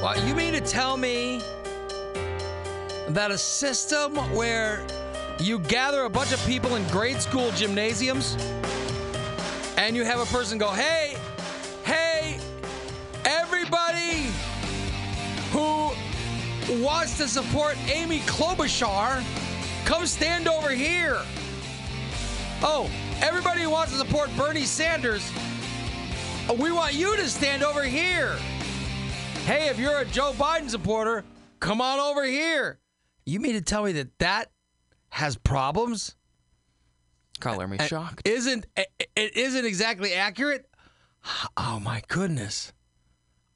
What, you mean to tell me that a system where you gather a bunch of people in grade school gymnasiums and you have a person go, hey, hey, everybody who wants to support Amy Klobuchar, come stand over here. Oh, everybody who wants to support Bernie Sanders, we want you to stand over here. Hey, if you're a Joe Biden supporter, come on over here. You mean to tell me that that has problems? Color me And shocked. Isn't it isn't exactly accurate? Oh my goodness.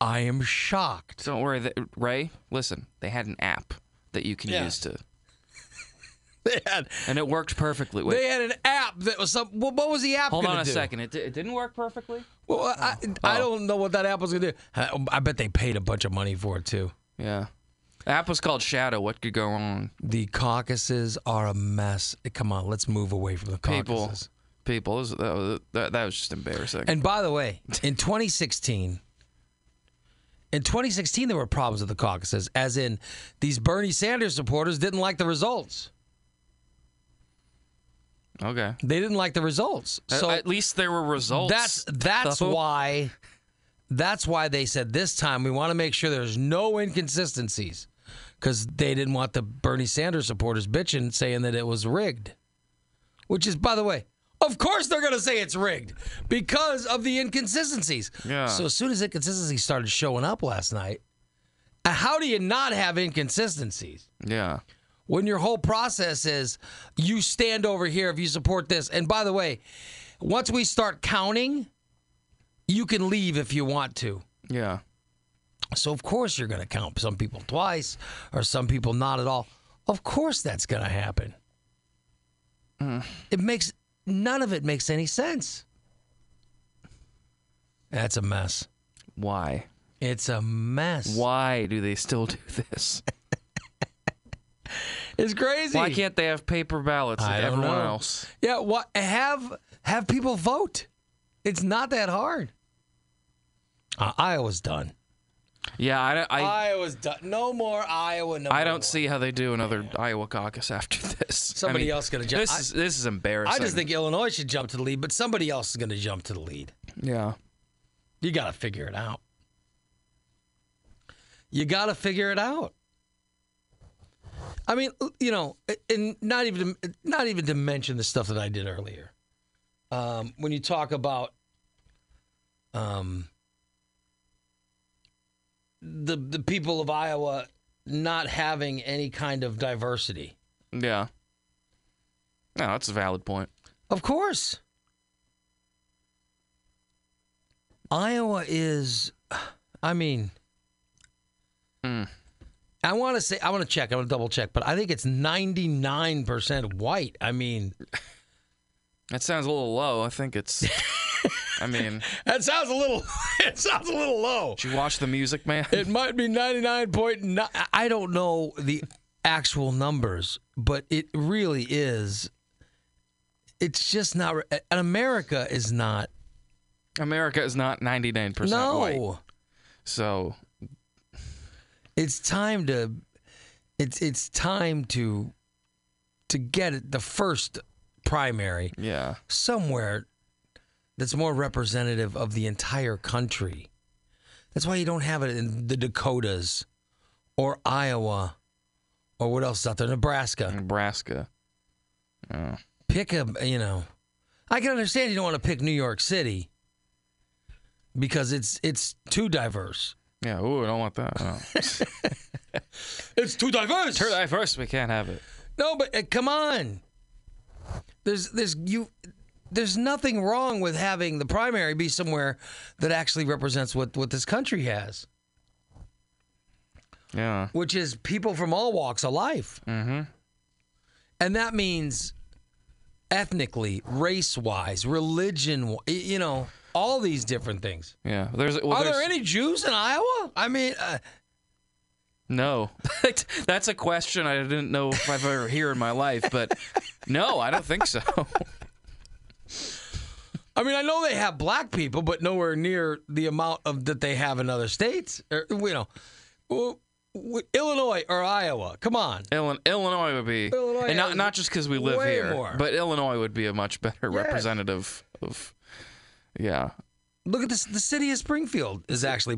I am shocked. Don't worry, that, Ray. Listen, they had an app that you can Yeah. use to, They had, and it worked perfectly. Wait, they had an app that was some what what was the app hold gonna on a do? second. Oh. It, di- it didn't work perfectly. Well, I, I don't know what that app was going to do. I, I bet they paid a bunch of money for it too. Yeah, the app was called Shadow. What could go wrong? The caucuses are a mess. Come on, let's move away from the People, caucuses. people. This- That was, that, that was just embarrassing. And by the way, in 2016, in 2016 there were problems with the caucuses, as in these Bernie Sanders supporters didn't like the results. okay. They didn't like the results. So So at least there were results. that's that's though. why that's why they said this time we want to make sure there's no inconsistencies because they didn't want the Bernie Sanders supporters bitching saying that it was rigged. Which is, by the way, of course they're going to say it's rigged because of the inconsistencies. Yeah. So as soon as inconsistencies started showing up last night, uh, how do you not have inconsistencies? Yeah. when your whole process is you stand over here if you support this. And by the way, once we start counting, you can leave if you want to. Yeah. So of course you're going to count some people twice or some people not at all. Of course that's going to happen. It makes none of it makes any sense. That's a mess. Why? It's a mess. Why do they still do this? It's crazy. Why can't they have paper ballots I like don't everyone know. else? Yeah, what have have people vote? It's not that hard. Uh, Iowa's done. Yeah, I, don't- I, Iowa's done. No more Iowa. No I don't see how they do another Iowa caucus after this. Somebody I mean, else gonna jump- This I- is this is embarrassing. I just think Illinois should jump to the lead, but somebody else is going to jump to the lead. yeah, You got to figure it out. You got to figure it out. I mean, you know, and not even not even to mention the stuff that I did earlier. Um, when you talk about um, the the people of Iowa not having any kind of diversity, yeah. No, that's a valid point. of course, Iowa is. I mean. Mm. I want to say I want to check. I want to double check, but I think it's ninety nine percent white. I mean, That sounds a little low. I think it's. I mean, that sounds a little. It sounds a little low. did you watch the Music Man? It might be ninety nine point nine. I don't know the actual numbers, but it really is. It's just not. And America is not. America is not ninety nine percent No, white. So it's time to. It's it's time to, to get it the first primary. yeah, somewhere that's more representative of the entire country. That's why you don't have it in the Dakotas or Iowa or what else is out there, Nebraska. Nebraska. Pick a, you know, I can understand you don't want to pick New York City because it's it's too diverse. Yeah. Ooh, I don't want that. No. It's too diverse. Turn that first. We can't have it. No, but uh, come on. There's there's you there's nothing wrong with having the primary be somewhere that actually represents what what this country has, Yeah. which is people from all walks of life. Mm-hmm. And that means ethnically, race wise, religion, you know, all these different things. Yeah. There's. Well, Are there's there any Jews in Iowa? I mean, uh, No. That's a question I didn't know if I've ever heard in my life, but no, I don't think so. I mean, I know they have black people, but nowhere near the amount of that they have in other states. Or, you know, w- w- Illinois or Iowa. Come on. Illinois, Illinois would be, Illinois and not has not just because we live way here, more. but Illinois would be a much better Yes. representative of, yeah, Look at this. The city of Springfield is actually,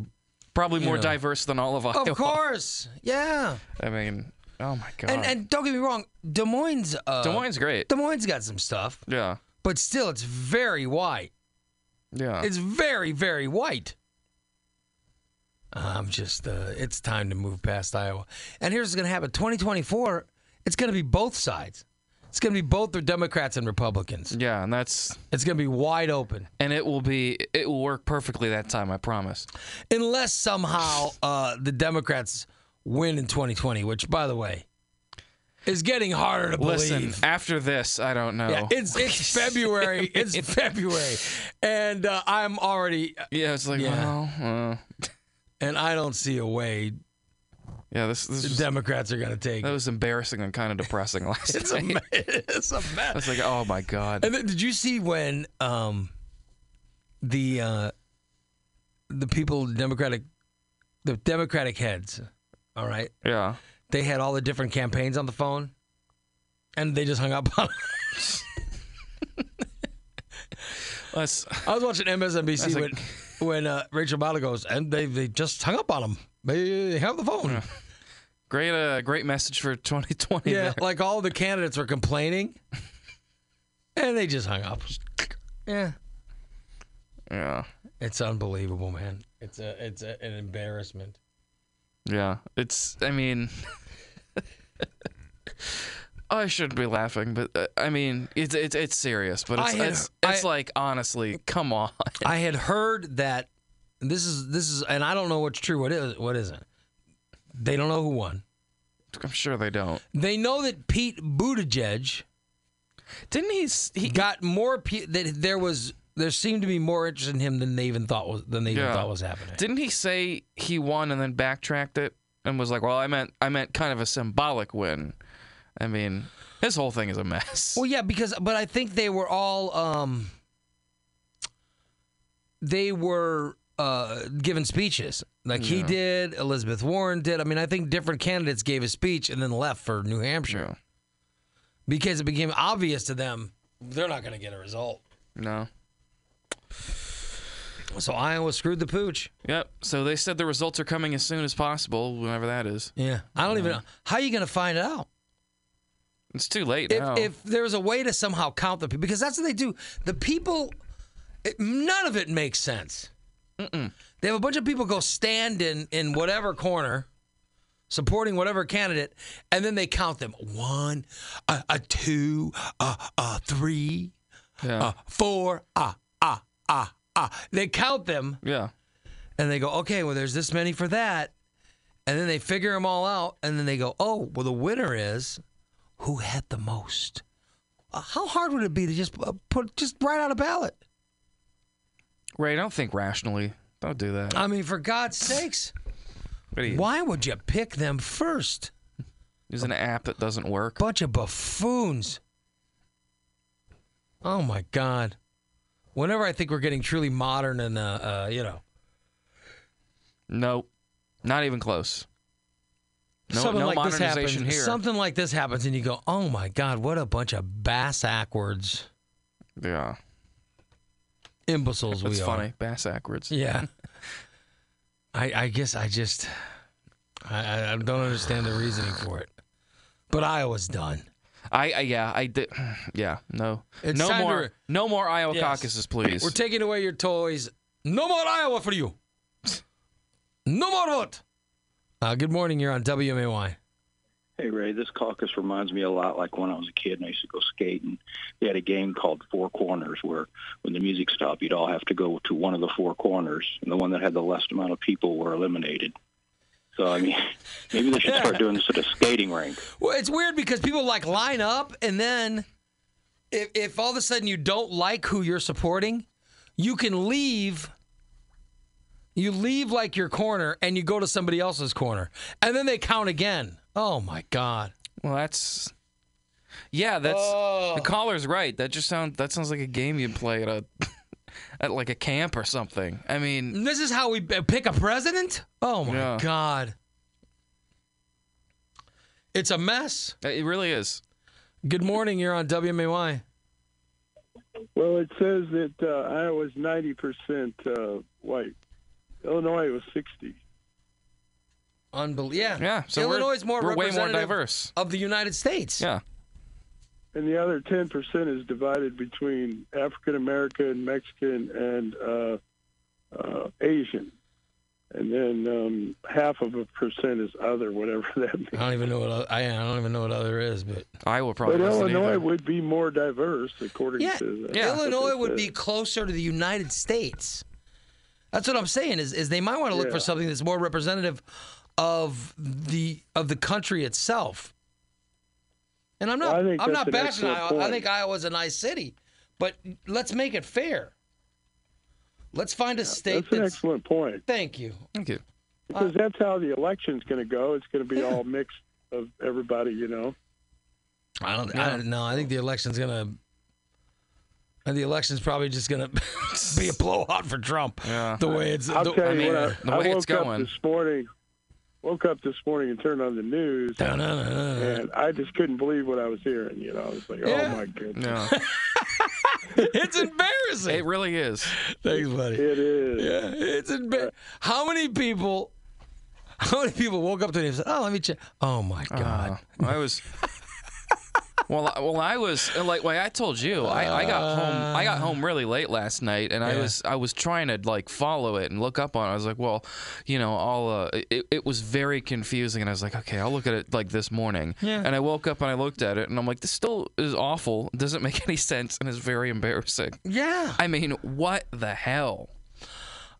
probably You more know. diverse than all of Iowa. of course, yeah. I mean, oh my god, And and don't get me wrong, Des Moines. Uh, Des Moines is great. Des Moines got some stuff, yeah, but still, it's very white. yeah. It's very very white. I'm just. Uh, it's time to move past Iowa. And here's what's gonna happen. 2024. It's gonna be both sides. It's gonna be both the Democrats and Republicans. yeah, and that's It's gonna be wide open. and it will be it will work perfectly that time, I promise. unless somehow uh, the Democrats win in 2020, which, by the way, is getting harder to Listen, believe. after this, I don't know. Yeah, it's it's February. It's February, and uh, I'm already Yeah, it's like Yeah. well, uh, and I don't see a way yeah. This this the was, Democrats are going to take. that it. was embarrassing and kind of depressing last It's a night. me- it's a I was mess. like, oh my god. And then, did you see when um, the uh, the people Democratic the Democratic heads, all right, Yeah. they had all the different campaigns on the phone, and they just hung up on. Let's. I was watching MSNBC That's when, like- when uh, Rachel Maddow goes, and they they just hung up on him. They, they hung up the phone. Yeah, Great, uh, great message for 2020. there. like all the candidates were complaining, and they just hung up. Yeah, yeah, it's unbelievable, man. It's a it's a, an embarrassment. yeah. It's, I mean, I shouldn't be laughing, but uh, I mean, it's it's it's serious, but it's I had- it's, I- it's like honestly, come on. I had heard that this is this is, and I don't know what's true, what is what isn't. They don't know who won. I'm sure they don't. They know that Pete Buttigieg. Didn't he? s- he got more pe- that there was there seemed to be more interest in him than they even thought was than they even Yeah. thought was happening. didn't he say he won and then backtracked it and was like, well, I meant I meant kind of a symbolic win. I mean, this whole thing is a mess. well, yeah, because but I think they were all um they were uh given speeches. Like he Yeah. did, Elizabeth Warren did. I mean, I think different candidates gave a speech and then left for New Hampshire Yeah. because it became obvious to them they're not going to get a result. No. So Iowa screwed the pooch. Yep. So they said the results are coming as soon as possible, whenever that is. Yeah, I don't even know how you going to find out. It's too late if, now. if there's a way to somehow count the people, because that's what they do. The people, it, none of it makes sense. They have a bunch of people go stand in in whatever corner, supporting whatever candidate, and then they count them one, a, a two, a, a three, yeah. a four, ah ah ah ah. They count them yeah. and they go, okay, well, there's this many for that. And then they figure them all out. And then they go, oh, well, the winner is who had the most. Uh, How hard would it be to just uh, put just right out a ballot? Ray, don't think rationally. Don't do that. I mean, for God's sakes, What are you- why would you pick them first? There's an app that doesn't work. Bunch of buffoons. Oh my God. Whenever I think we're getting truly modern and, uh, uh, you know, Nope. Not even close. No, something no like this happens, modernization here. something like this happens, and you go, "Oh my God, what a bunch of bass backwards." yeah. imbeciles That's we funny. are. Bass backwards. Yeah. I I guess I just I, I- I don't understand the reasoning for it. But Iowa's done. I, I yeah, I did yeah, no. It's no time to more re- no more Iowa Yes. caucuses, please. We're taking away your toys. No more Iowa for you. No more vote. Uh, good morning. You're on WMAY. Hey Ray, this caucus reminds me a lot like when I was a kid and I used to go skating. They had a game called Four Corners where when the music stopped, you'd all have to go to one of the four corners, and the one that had the least amount of people were eliminated. So I mean, maybe they should start doing this at a skating rink. Well, it's weird because people like line up, and then if if all of a sudden you don't like who you're supporting, you can leave. You leave like your corner, and you go to somebody else's corner, and then they count again. Oh my God! well that's Yeah, that's Oh. the caller's right. That just sounds that sounds like a game you'd play at a at like a camp or something. I mean And this is how we b- pick a president. Oh my Yeah. God! It's a mess. It really is. Good morning. You're on WMY. Well, it says that uh, Iowa's 90% uh, white. Illinois was 60. Unbelievable. Yeah. Yeah. So we're- Illinois is more we're way more representative diverse. of the United States. Yeah. And the other 10% is divided between African American, Mexican, and uh, uh, Asian. And then um, half of a percent is other, whatever that means. Oh, I don't even know what oth- I, I don't even know what other is, but Iowa probably. But doesn't Illinois either. would be more diverse, according Yeah, to that. Yeah. Illinois would be closer to the United States. That's what I'm saying. Is is they might want to look for Yeah. something that's more representative of the of the country itself. And I'm not Well, I think I'm that's not an bashing excellent Iowa. I point. think Iowa's a nice city, but let's make it fair. Let's find a state That's an that's. excellent point. Thank you. Thank you. Because Uh, that's how the election's going to go. It's going to be all mixed of everybody, you know. I don't. I don't know. I think the election's gonna. And the election's probably just gonna be a blowout for Trump. Yeah. The way it's. I'll the- tell you mean, what. I, the I way woke it's up going. this morning. Woke up this morning and turned on the news, Dun-dun-dun-dun. and I just couldn't believe what I was hearing. You know, I was like, Yeah. "Oh my goodness, No, It's it embarrassing. really is. Thanks, buddy. it is." Yeah, it's embar- How many people? How many people woke up today and said, "Oh, let me check." Oh my God. Uh, I was. Well, I- well, I was uh, like, like I told you, I, I got home. I got home really late last night, and I Yeah. was I was trying to like follow it and look up on. it. I was like, well, you know, I'll. Uh, it, it was very confusing, and I was like, okay, I'll look at it like this morning. Yeah. And I woke up and I looked at it, and I'm like, this still is awful. Doesn't make any sense, and is very embarrassing. yeah. I mean, what the hell?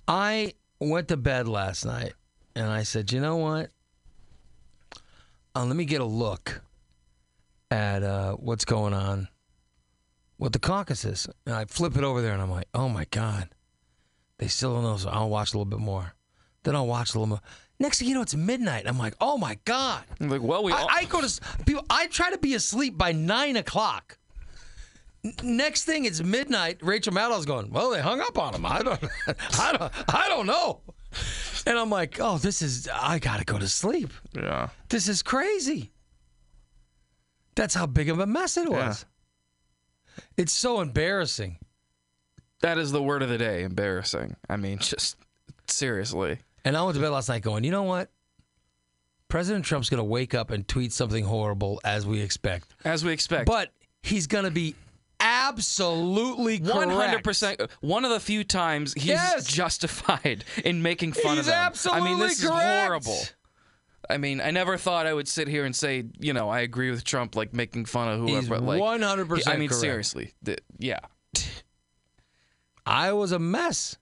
I went to bed last night and I said, you know what? Uh, let me get a look at uh, what's going on with the caucuses. And I flip it over there and I'm like, oh my God. They still don't know. So I'll watch a little bit more. Then I'll watch a little more. Next thing you know, it's midnight. I'm like, oh my God. I'm like, well, we all, I, I go to s- people. I try to be asleep by nine o'clock. N- Next thing, it's midnight. Rachel Maddow's going. Well, they hung up on him. I don't. I don't. I don't know. And I'm like, oh, this is. I gotta go to sleep. yeah. This is crazy. That's how big of a mess it was. It's so embarrassing. That is the word of the day. Embarrassing. I mean, just seriously. And I went to bed last night going, you know what? President Trump's gonna wake up and tweet something horrible as we expect. As we expect. but he's going to be absolutely correct. One hundred percent. One of the few times he's Yes. justified in making fun He's of them. absolutely I mean, this correct. is horrible. I mean, I never thought I would sit here and say, you know, I agree with Trump, like making fun of whoever. He's but, like, 100% I mean, correct. seriously, th- yeah. I was a mess.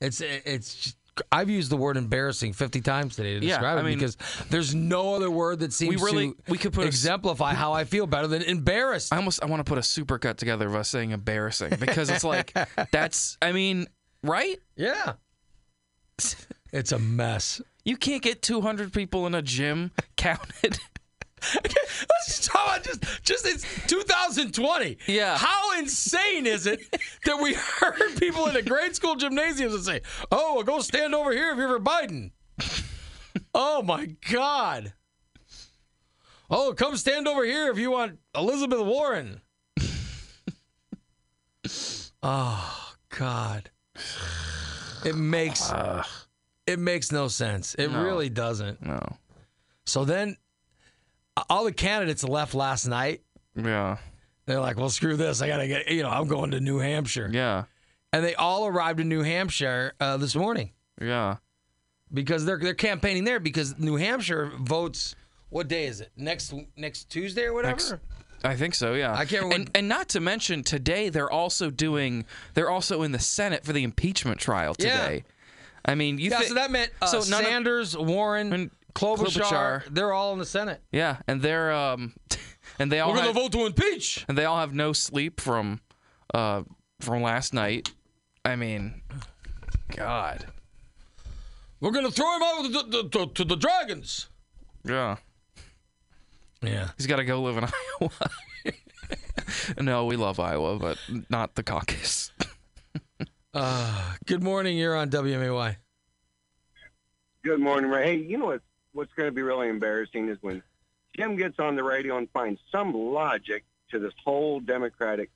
It's it's. Just, I've used the word embarrassing 50 times today to Yeah, describe I it mean- because there's no other word that seems really- to we could put a s- exemplify how I feel better than embarrassed. I almost I want to put a supercut together of us saying embarrassing because it's like that's. I mean, right? yeah. It's a mess. You can't get two hundred people in a gym counted. Let's just talk about just, just it's 2020. Yeah. How insane is it that we heard people in the grade school gymnasiums and say, "Oh, well, go stand over here if you're for Biden." oh my God. Oh, come stand over here if you want Elizabeth Warren. oh God. It makes it makes no sense. It really doesn't. no. So then uh, all the candidates left last night. Yeah. They're like, well, screw this. I got to get, you know, I'm going to New Hampshire. Yeah. And they all arrived in New Hampshire uh, this morning Yeah. because they're they're campaigning there because New Hampshire votes. What day is it? Next next Tuesday or whatever. Next- I think so, yeah. I can't and, remember- and not to mention today they're also doing they're also in the Senate for the impeachment trial Yeah. today. I mean, you yeah, thi- so that meant uh, so none of- Sanders, Warren, And Klobuchar, Klobuchar. They're all in the Senate. yeah, and they're um and they all have, vote to impeach. and they all have no sleep from uh from last night. I mean, god. We're gonna throw him over to the, to, to the dragons. Yeah. Yeah. He's got to go live in Iowa. no, we love Iowa, but not the caucus. Uh, Good morning. You're on WMAY. Good morning, Ray. Hey, you know what's what's going to be really embarrassing is when Jim gets on the radio and finds some logic to this whole Democratic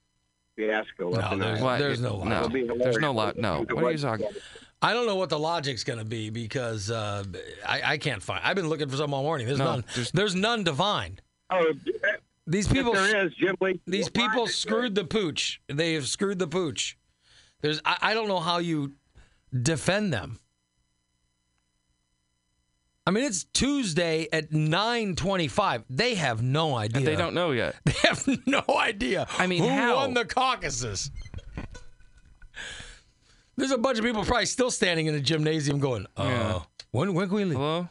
fiasco. up No, in there's, Iowa. Why- there's no No, logic. be hilarious. there's no lot. No, what are you talking? I don't know what the logic's going to be because uh, I, I can't find. I've been looking for some all morning. There's No, none. There's, there's- none to find. Oh, These people, people. there is Jim Lee. These Why people is it screwed the pooch. They have screwed the pooch. There's. I, I don't know how you defend them. I mean, it's Tuesday at 9:25. They have no idea. They don't know yet. They have no idea. I mean, who how? won the caucuses? There's a bunch of people probably still standing in the gymnasium going, "Oh, Yeah. when when can we leave? Hello.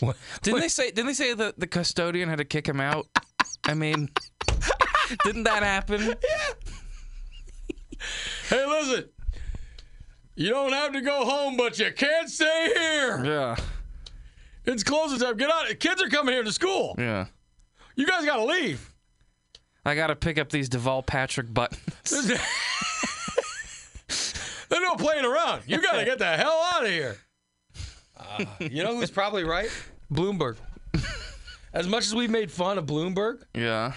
When- Didn't they say? Didn't they say that the custodian had to kick him out? I mean, didn't that happen? Hey, listen, you don't have to go home, but you can't stay here. Yeah. It's closing time. Get out. Kids are coming here to school. Yeah. You guys got to leave. I gotta pick up these Deval Patrick buttons. There's- They're no playing around. You got to get the hell out of here. Uh, you know who's probably right? Bloomberg. As much as we've made fun of Bloomberg, Yeah.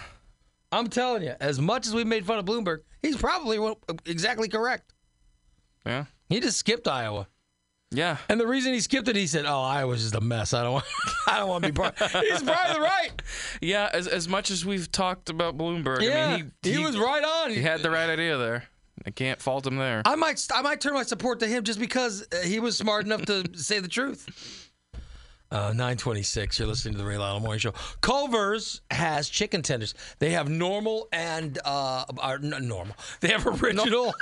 I'm telling you, as much as we've made fun of Bloomberg, he's probably wa- exactly correct. Yeah. He just skipped Iowa. Yeah. And the reason he skipped it, he said, "Oh, Iowa's just a mess. I don't want, I don't want to be part." He's probably right. Yeah. As as much as we've talked about Bloomberg, Yeah, I mean, he, he, was right on. He had the right idea there. I can't fault him there. I might I might turn my support to him just because uh, he was smart enough to say the truth. Uh, 926, you're listening to the Ray Lionel Morning Show. Culver's has chicken tenders. They have normal and, uh, are n- normal. They have original.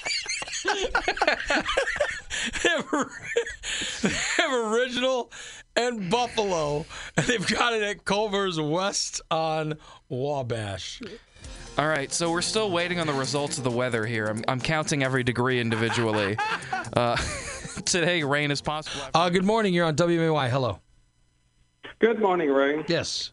they, have, or- they have original and buffalo. And they've got it at Culver's West on Wabash. All right, so we're still waiting on the results of the weather here. I'm, I'm counting every degree individually. Uh, today, rain is possible. Uh, good morning. You're on WMY. Hello. Good morning, Ray. Yes.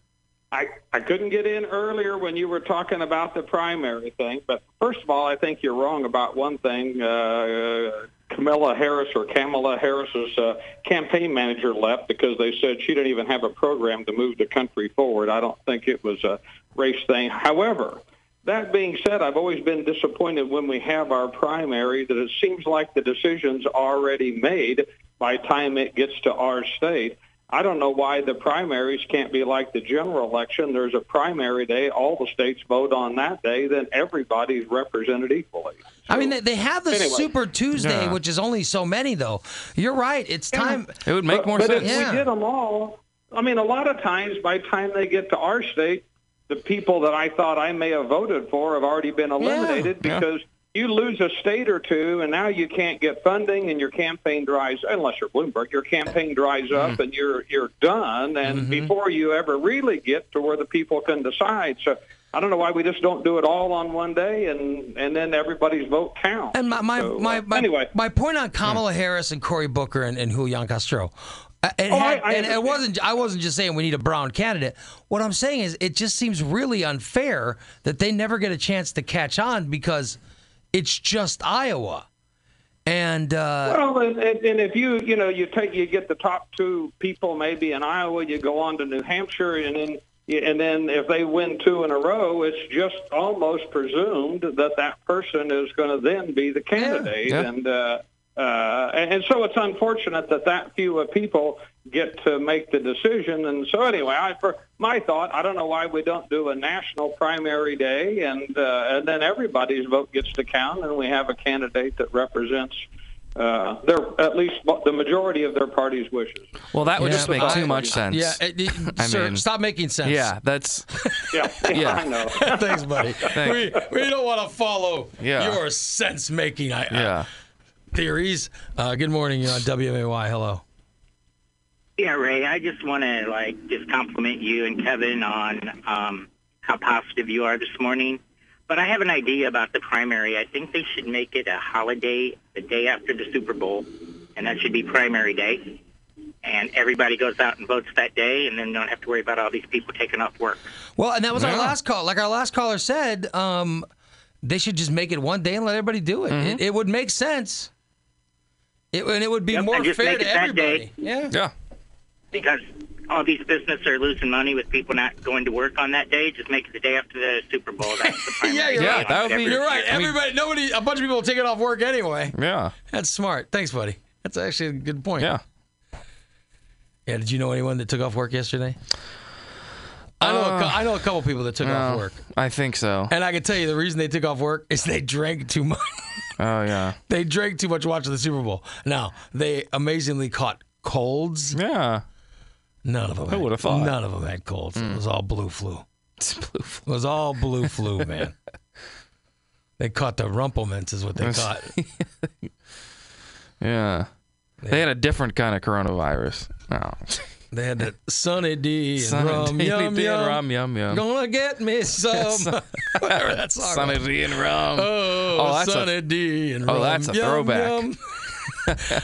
I, I couldn't get in earlier when you were talking about the primary thing, but first of all, I think you're wrong about one thing. Uh, Camilla Harris or Kamala Harris's uh, campaign manager left because they said she didn't even have a program to move the country forward. I don't think it was a race thing. However, that being said, I've always been disappointed when we have our primary that it seems like the decision's already made by the time it gets to our state. I don't know why the primaries can't be like the general election. There's a primary day. All the states vote on that day. Then everybody's represented equally. I mean, they, they have the Anyway. Super Tuesday, Yeah. which is only so many, though. You're right. It's time. It would make more but sense. if Yeah. we did them all, I mean, a lot of times by the time they get to our state, the people that I thought I may have voted for have already been eliminated Yeah. because you lose a state or two, and now you can't get funding, and your campaign dries unless you're Bloomberg. Your campaign dries up, Mm-hmm. and you're you're done, and before you ever really get to where the people can decide. So. I don't know why we just don't do it all on one day, and and then everybody's vote counts. And my my, So, uh, my, my, anyway, my point on Kamala Hmm. Harris and Cory Booker and, and Julian Castro. uh, It Oh, had- I- I and it understand. wasn't. I wasn't just saying we need a brown candidate. What I'm saying is, it just seems really unfair that they never get a chance to catch on because it's just Iowa, and uh, Well, and, and, and if you you know you take you get the top two people maybe in Iowa, you go on to New Hampshire, and then and then if they win two in a row, it's just almost presumed that that person is going to then be the candidate, Yeah. and uh, uh, and, and so it's unfortunate that that few of people get to make the decision. And so anyway, I for my thought, I don't know why we don't do a national primary day, and uh, and then everybody's vote gets to count, and we have a candidate that represents uh, their at least the majority of their party's wishes. Well, that would Yeah, just make I- too much sense. yeah, it, it- I sir, mean- stop making sense. Yeah, that's. Yeah, Yeah. I know. Thanks, buddy. We, we don't want to follow Yeah. your sense making I Yeah. theories. Uh, good morning, you're on WMAY. Hello. Yeah, Ray, I just want to like just compliment you and Kevin on um, how positive you are this morning. But I have an idea about the primary. I think they should make it a holiday the day after the Super Bowl, and that should be primary day. And everybody goes out and votes that day, and then don't have to worry about all these people taking off work. Well, and that was our last call. Like our last caller said, um, they should just make it one day and let everybody do it. Mm-hmm. It, it would make sense. It, and it would be Yep, more and just fair make to it that everybody. day. Yeah. Yeah. because all these businesses are losing money with people not going to work on that day. Just make it the day after the Super Bowl. That's the primary. Yeah, you're Yeah, right. that would be- you're right. I mean- Everybody, nobody, a bunch of people will take it off work anyway. Yeah. That's smart. Thanks, buddy. That's actually a good point. Yeah. Yeah. Did you know anyone that took off work yesterday? I know. a cou- I know a couple people that took off Uh, No, work, I think so. and I can tell you the reason they took off work is they drank too much. Oh yeah. they drank too much watching the Super Bowl. Now they amazingly caught colds. Yeah. None of them. Who had- would've thought? Mm. None of them had colds. It was all blue flu. It's blue. fl- It was all blue flu, man. They caught the rumplements, is what they caught. Yeah. They had a different kind of coronavirus. Oh. They had that sunny D and Sunny rum, D yum, and yum, rum, yum, yum. Gonna get me some. Whatever that song Sunny was. D and rum. Oh, Oh, that's a- Sunny D and oh, rum, that's a yum, throwback. yum.